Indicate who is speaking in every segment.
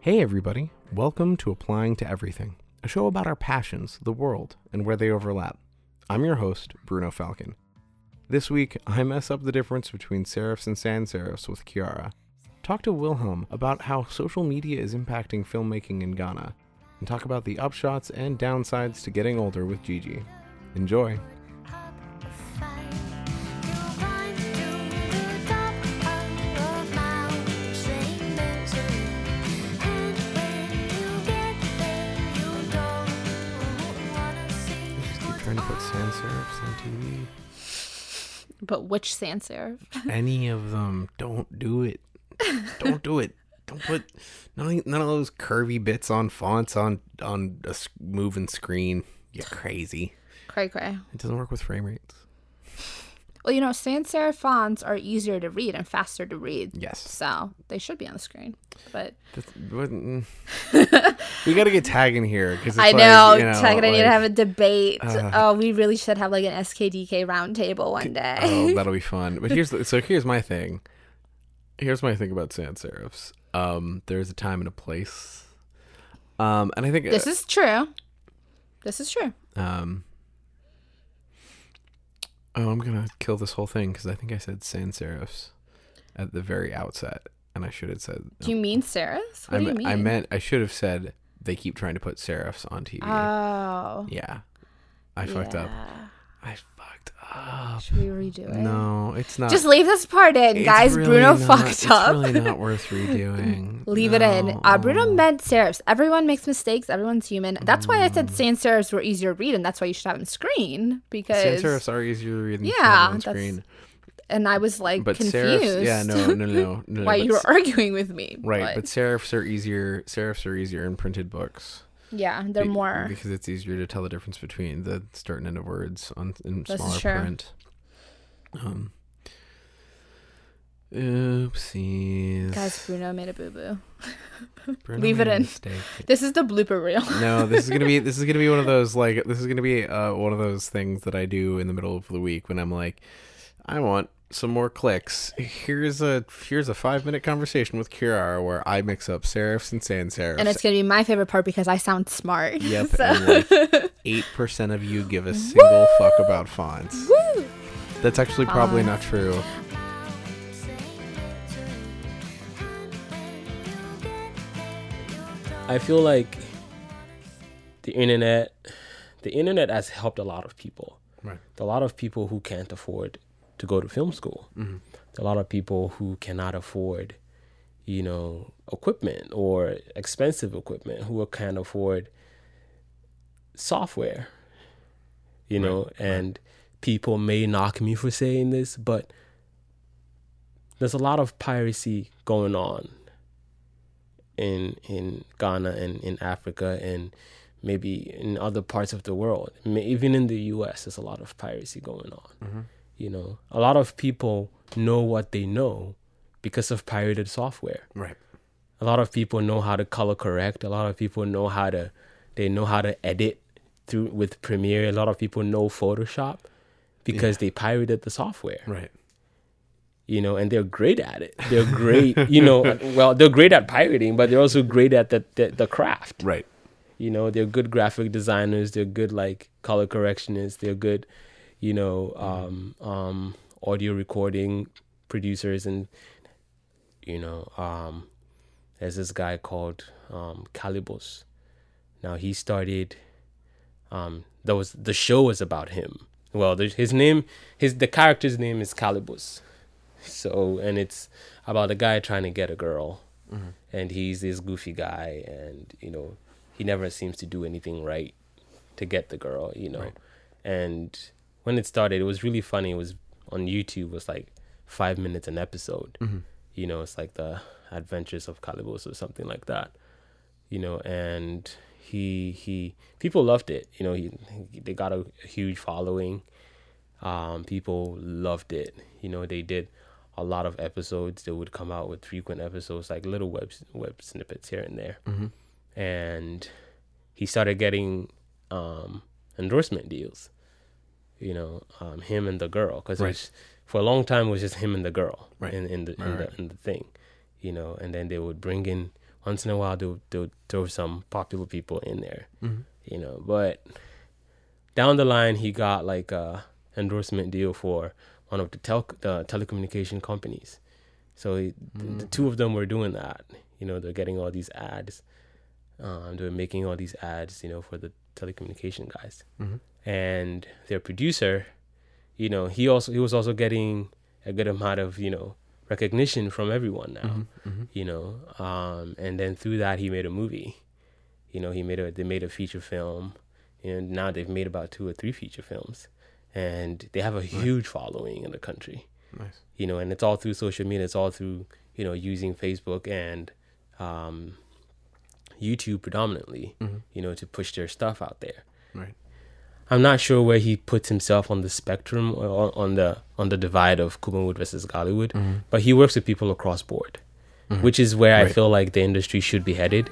Speaker 1: Hey, everybody. Welcome to Applying to Everything, a show about our passions, the world, and where they overlap. I'm your host, Bruno Falcon. This week, I mess up the difference between serifs and sans serifs with Kiara. Talk to Wilhelm about how social media is impacting filmmaking in Ghana, and talk about the upshots and downsides to getting older with Gigi. Enjoy.
Speaker 2: up a fight. You climb to the top of a mountain, and when you get there, you don't wanna see.
Speaker 1: keep trying to put sans serifs on TV.
Speaker 3: But which sans serif?
Speaker 1: any of them. Don't do it. Don't do it. Don't put none, none of those curvy bits on fonts on on a s- moving screen. You're crazy.
Speaker 3: Cray cray.
Speaker 1: It doesn't work with frame rates.
Speaker 3: Well, you know, sans serif fonts are easier to read and faster to read.
Speaker 1: Yes.
Speaker 3: So they should be on the screen. But
Speaker 1: That's, what- mm. we got to get Tag in here because
Speaker 3: I know,
Speaker 1: you
Speaker 3: Tag and I need to
Speaker 1: like-
Speaker 3: have a debate.
Speaker 1: Uh.
Speaker 3: oh, we really should have like an SKDK roundtable one day.
Speaker 1: Oh, that'll be fun. But here's the, so here's my thing. Here's my thing about sans serifs. Um, there's a time and a place. Um, and I think
Speaker 3: this is true. This is true.
Speaker 1: Um. Oh, I'm gonna kill this whole thing because I think I said sans serifs at the very outset, and I should have said.
Speaker 3: Do you mean serifs? What
Speaker 1: Oh. I,
Speaker 3: do you
Speaker 1: me-
Speaker 3: mean?
Speaker 1: I meant I should have said they keep trying to put serifs on TV.
Speaker 3: Oh.
Speaker 1: yeah, I fucked up.
Speaker 3: yeah.
Speaker 1: I fucked up.
Speaker 3: Should we redo it?
Speaker 1: No, it's not.
Speaker 3: Just leave this part in,
Speaker 1: it's
Speaker 3: guys.
Speaker 1: really
Speaker 3: Bruno
Speaker 1: not-
Speaker 3: fucked up.
Speaker 1: It's really not worth redoing.
Speaker 3: Leave it in. Uh, Bruno
Speaker 1: No.
Speaker 3: meant serifs. Everyone makes mistakes. Everyone's human. That's why I said sans serifs were easier to read, and that's why you should have them screen
Speaker 1: Mm.
Speaker 3: because.
Speaker 1: Sans serifs are easier to read than
Speaker 3: Yeah,
Speaker 1: on
Speaker 3: that's
Speaker 1: screen,
Speaker 3: and I was like
Speaker 1: but
Speaker 3: confused.
Speaker 1: serifs. Yeah, no, no, no, no. no
Speaker 3: why
Speaker 1: but
Speaker 3: you were arguing with me?
Speaker 1: Right, but serifs are easier. Serifs are easier in printed books.
Speaker 3: yeah, they're
Speaker 1: be-
Speaker 3: more.
Speaker 1: because it's easier to tell the difference between the start and end of words on in
Speaker 3: This is
Speaker 1: smaller
Speaker 3: true.
Speaker 1: print. Um. Oopsies.
Speaker 3: Guys, Bruno made a boo boo.
Speaker 1: Bruno
Speaker 3: leave
Speaker 1: made
Speaker 3: it
Speaker 1: a
Speaker 3: in.
Speaker 1: mistake.
Speaker 3: This is the blooper reel.
Speaker 1: no, this is gonna be this is gonna be one of those like this is gonna be uh, one of those things that I do in the middle of the week when I'm like, I want some more clicks. Here's a here's a five minute conversation with Kirara where I mix up serifs and sans serifs,
Speaker 3: and it's gonna be my favorite part because I sound smart.
Speaker 1: Yep,
Speaker 3: So-
Speaker 1: and like eight percent of you give a single fuck about fonts.
Speaker 3: Woo!
Speaker 1: That's actually probably not true.
Speaker 4: I feel like the internet the internet has helped a lot of people.
Speaker 1: Right.
Speaker 4: A lot of people who can't afford to go to film school. A lot of people who cannot afford, you know, equipment or expensive equipment who can't afford software. You know, and people may knock me for saying this, but there's a lot of piracy going on in in Ghana and in Africa and maybe in other parts of the world. Ma- Even in the U.S., there's a lot of piracy going on.
Speaker 1: Mm-hmm.
Speaker 4: You know, a lot of people know what they know because of pirated software.
Speaker 1: Right.
Speaker 4: A lot of people know how to color correct. A lot of people know how to they know how to edit through with Premiere. A lot of people know Photoshop because they pirated the software
Speaker 1: Right.
Speaker 4: you know, and they're great at it. They're great, you know, at- well, they're great at pirating, but they're also great at the, the, the craft.
Speaker 1: Right.
Speaker 4: You know, they're good graphic designers, they're good like color correctionists, they're good, you know, um, um, audio recording producers and you know, um, there's this guy called um, Calibos. Now he started. Um, there was the show was about him. Well, the, his name, his the character's name is Calibos. So and it's about a guy trying to get a girl, and he's this goofy guy, and you know, he never seems to do anything right to get the girl. You know, and when it started, it was really funny. It was on YouTube. It was like five minutes an episode you know it's like the adventures of calibos or something like that you know and he he people loved it you know he, he- they got a huge following um people loved it you know they did a lot of episodes they would come out with frequent episodes like little web web snippets here and there
Speaker 1: Mm-hmm.
Speaker 4: and he started getting um endorsement deals you know um him and the girl because
Speaker 1: Right.
Speaker 4: for a long time it was just him and the girl
Speaker 1: Right.
Speaker 4: in, in the in
Speaker 1: Right,
Speaker 4: the in the thing, you know, and then they would bring in once in a while they'll, they'll throw some popular people in there
Speaker 1: Mm-hmm.
Speaker 4: you know but down the line he got like a endorsement deal for one of the, tel- the telecommunication companies so he, th-
Speaker 1: Mm-hmm. Mm.
Speaker 4: the two of them were doing that you know they're getting all these ads um, they're making all these ads you know for the telecommunication guys
Speaker 1: Mm-hmm.
Speaker 4: and their producer you know he also he was also getting a good amount of you know recognition from everyone now
Speaker 1: Oh. Mm-hmm.
Speaker 4: you know um and then through that he made a movie you know he made a they made a feature film and now they've made about two or three feature films and they have a huge following in the country
Speaker 1: Nice.
Speaker 4: you know and it's all through social media it's all through you know using facebook and um youtube predominantly
Speaker 1: Mm-hmm.
Speaker 4: you know to push their stuff out there
Speaker 1: Right.
Speaker 4: I'm not sure where he puts himself on the spectrum or on- on the on the divide of Kumawood versus Gollywood, but he works with people across board, which is where
Speaker 1: Mm-hmm.
Speaker 4: I
Speaker 1: Right.
Speaker 4: feel like the industry should be headed.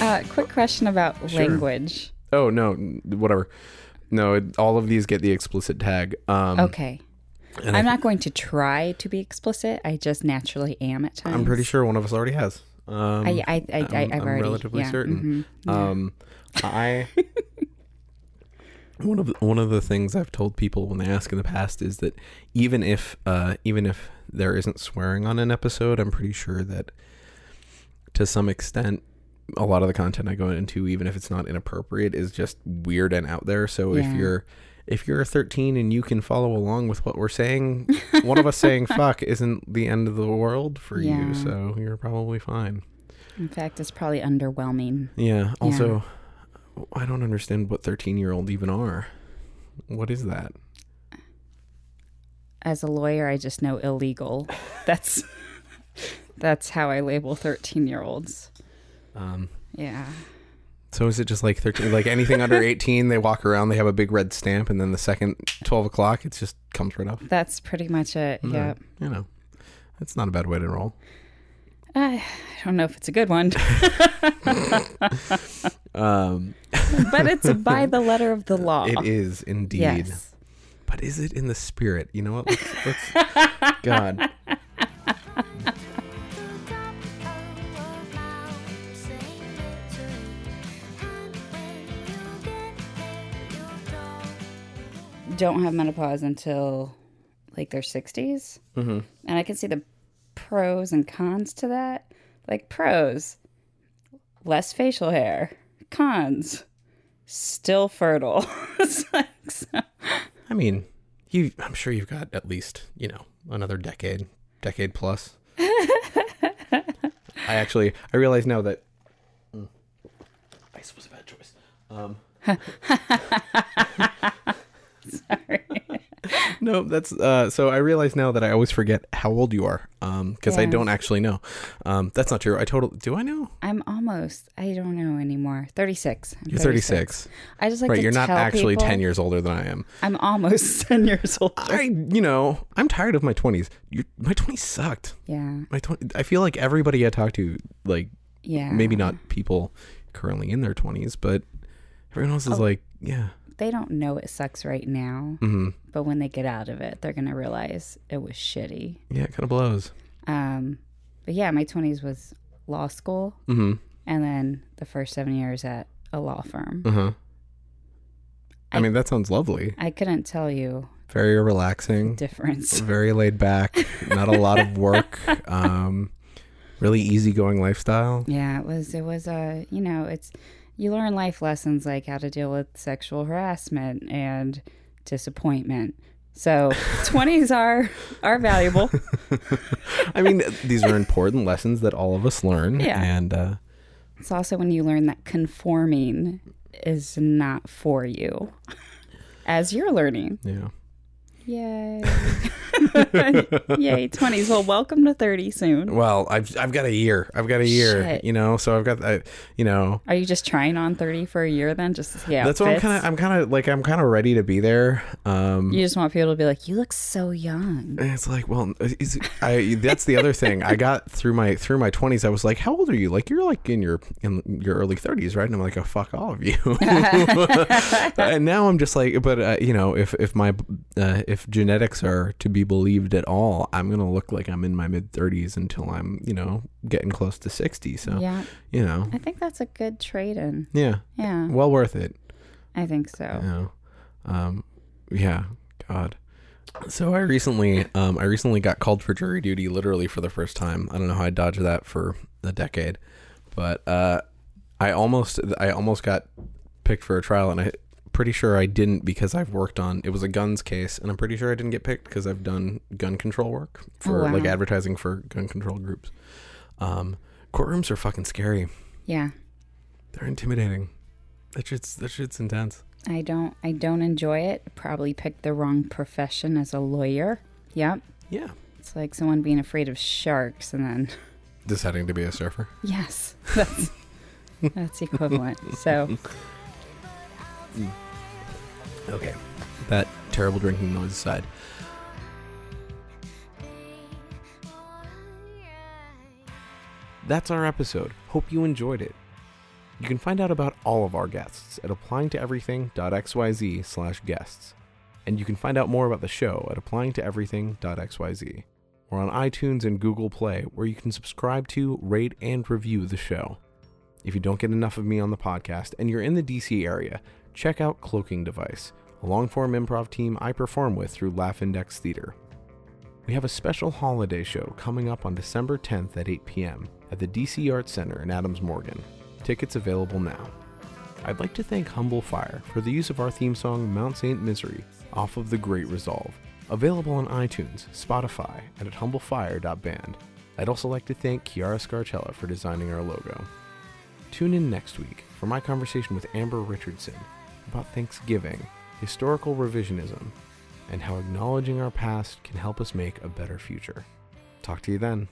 Speaker 5: Uh, quick question about
Speaker 1: Sure.
Speaker 5: language.
Speaker 1: Oh no, n- whatever. No, it, all of these get the explicit tag. Um,
Speaker 5: Okay.
Speaker 1: I
Speaker 5: I'm not going to try to be explicit. I just naturally am at times.
Speaker 1: I'm pretty sure one of us already has.
Speaker 4: Uh,
Speaker 1: Um,
Speaker 5: I, I, I, I,
Speaker 1: I'm-
Speaker 5: I've
Speaker 1: I'm
Speaker 5: already.
Speaker 1: relatively
Speaker 5: yeah,
Speaker 1: certain.
Speaker 5: mhm, yeah.
Speaker 1: Um, I one of the, one of the things I've told people when they ask in the past is that even if uh, even if there isn't swearing on an episode, I'm pretty sure that to some extent, a lot of the content I go into, even if it's not inappropriate, is just weird and out there. So if
Speaker 5: Yeah.
Speaker 1: you're if you're 13 and you can follow along with what we're saying, one of us saying "fuck" isn't the end of the world for
Speaker 5: Yeah.
Speaker 1: you, so you're probably fine.
Speaker 5: In fact, it's probably underwhelming.
Speaker 1: Yeah. Also, I don't understand what 13 year old even are. What is that?
Speaker 5: As a lawyer, I just know illegal. That's that's how I label 13 year olds.
Speaker 1: Um,
Speaker 5: Yeah.
Speaker 1: so is it just like 13, like anything under 18, they walk around, they have a big red stamp, and then the second 12 o'clock, it just comes right off?
Speaker 5: That's pretty much it.
Speaker 1: Mm,
Speaker 5: Yeah.
Speaker 1: You know, that's not a bad way to roll.
Speaker 5: I, I don't know if it's a good one,
Speaker 1: Um,
Speaker 5: but it's by the letter of the law.
Speaker 1: It is indeed.
Speaker 5: Yes.
Speaker 1: But is it in the spirit? You know what? Let's, let's, God.
Speaker 5: don't have menopause until like their 60s.
Speaker 1: Mhm.
Speaker 5: And I can see the pros and cons to that. Like, pros, less facial hair. Cons, still fertile. It's like, so-
Speaker 1: I mean, you. I'm sure you've got at least you know another decade, decade plus. I actually, I realize now that Mm. ice was a bad choice. Um, Sorry. no, that's uh, so. I realize now that I always forget how old you are, um, because I
Speaker 5: Yeah.
Speaker 1: don't actually know. Um, that's not true. I totally do. I know
Speaker 5: I'm almost, I don't know anymore. 36. I'm
Speaker 1: you're 36,
Speaker 5: I just like
Speaker 1: right?
Speaker 5: to
Speaker 1: You're not
Speaker 5: tell
Speaker 1: actually
Speaker 5: people
Speaker 1: 10 years older than I am.
Speaker 5: I'm almost 10 years old.
Speaker 1: I, you know, I'm tired of my 20s. You're, my 20s sucked.
Speaker 5: Yeah.
Speaker 1: My 20, I feel like everybody I talk to, like
Speaker 5: Yeah.
Speaker 1: maybe not
Speaker 5: Mm.
Speaker 1: people currently in their 20s, but everyone else
Speaker 5: Oh.
Speaker 1: is like, yeah,
Speaker 5: They don't know it sucks right now,
Speaker 1: mm-hmm.
Speaker 5: but when they get out of it, they're going to realize it was shitty.
Speaker 1: yeah, it kind of blows.
Speaker 5: Um, but yeah, my 20s was law school,
Speaker 1: Mm-hmm.
Speaker 5: and then the first seven years at a law firm.
Speaker 1: Uh huh. I,
Speaker 5: I-
Speaker 1: mean, that sounds lovely.
Speaker 5: I couldn't tell you
Speaker 1: Very
Speaker 5: the
Speaker 1: relaxing,
Speaker 5: difference.
Speaker 1: very laid back, not a lot of work, um, really easygoing lifestyle.
Speaker 5: Yeah, it was, it was, uh, you know, it's, you learn life lessons like how to deal with sexual harassment and disappointment. So 20s are, are valuable.
Speaker 1: I mean, these are important lessons that all of us learn.
Speaker 5: Yeah.
Speaker 1: And uh,
Speaker 5: It's also when you learn that conforming is not for you as you're learning.
Speaker 1: yeah.
Speaker 5: Yay. Yay, 20s. Well, welcome to 30 soon.
Speaker 1: Well, I've I've got a year. I've got a year.
Speaker 5: Shit.
Speaker 1: You know, so I've got I, you know.
Speaker 5: Are you just trying on 30 for a year then? Just to see how
Speaker 1: That's
Speaker 5: it
Speaker 1: why I'm
Speaker 5: fits?
Speaker 1: kind of I'm kind of like I'm kind of ready to be there. Um
Speaker 5: You just want people to be like, you look so young.
Speaker 1: and it's like, well, is, I that's the other thing. I got through my through my 20s I was like, how old are you? Like you're like in your in your early 30s, right? And I'm like, oh fuck all of you. and now I'm just like, but uh, you know, if if my uh, if genetics are to be believed at all, I'm going to look like I'm in my mid 30s until I'm, you know, getting close to 60. So,
Speaker 5: Yeah,
Speaker 1: you know.
Speaker 5: I think that's a good trade in.
Speaker 1: Yeah.
Speaker 5: Yeah,
Speaker 1: Well worth it.
Speaker 5: I think so.
Speaker 1: you know um yeah god so i recently um i recently got called for jury duty literally for the first time i don't know how i dodged that for a decade but uh i almost i almost got picked for a trial and i pretty sure i didn't because i've worked on it was a guns case and i'm pretty sure i didn't get picked because i've done gun control work for
Speaker 5: wow.
Speaker 1: like advertising for gun control groups um courtrooms are fucking scary
Speaker 5: Yeah,
Speaker 1: they're intimidating that shit's that shit's intense
Speaker 5: I don't, I don't enjoy it. Probably picked the wrong profession as a lawyer. Yep,
Speaker 1: yeah
Speaker 5: it's like someone being afraid of sharks, and then
Speaker 1: deciding to be a surfer
Speaker 5: yes, that's that's equivalent. So
Speaker 1: Mm. Okay. That terrible drinking noise aside. That's our episode. Hope you enjoyed it. You can find out about all of our guests at applyingtoeverything.xyz slash guests. And you can find out more about the show at applyingtoeverything.xyz. We're on iTunes and Google Play, where you can subscribe to, rate, and review the show. If you don't get enough of me on the podcast and you're in the DC area, check out Cloaking Device, a long form improv team I perform with through Laugh Index Theater. We have a special holiday show coming up on December 10th at 8 p.m. at the DC Arts Center in Adams Morgan. Tickets available now. I'd like to thank Humble Fire for the use of our theme song Mount St. Misery off of The Great Resolve, available on iTunes, Spotify, and at humblefire.band. I'd also like to thank Chiara Scarcella for designing our logo. Tune in next week for my conversation with Amber Richardson about Thanksgiving, historical revisionism, and how acknowledging our past can help us make a better future. Talk to you then.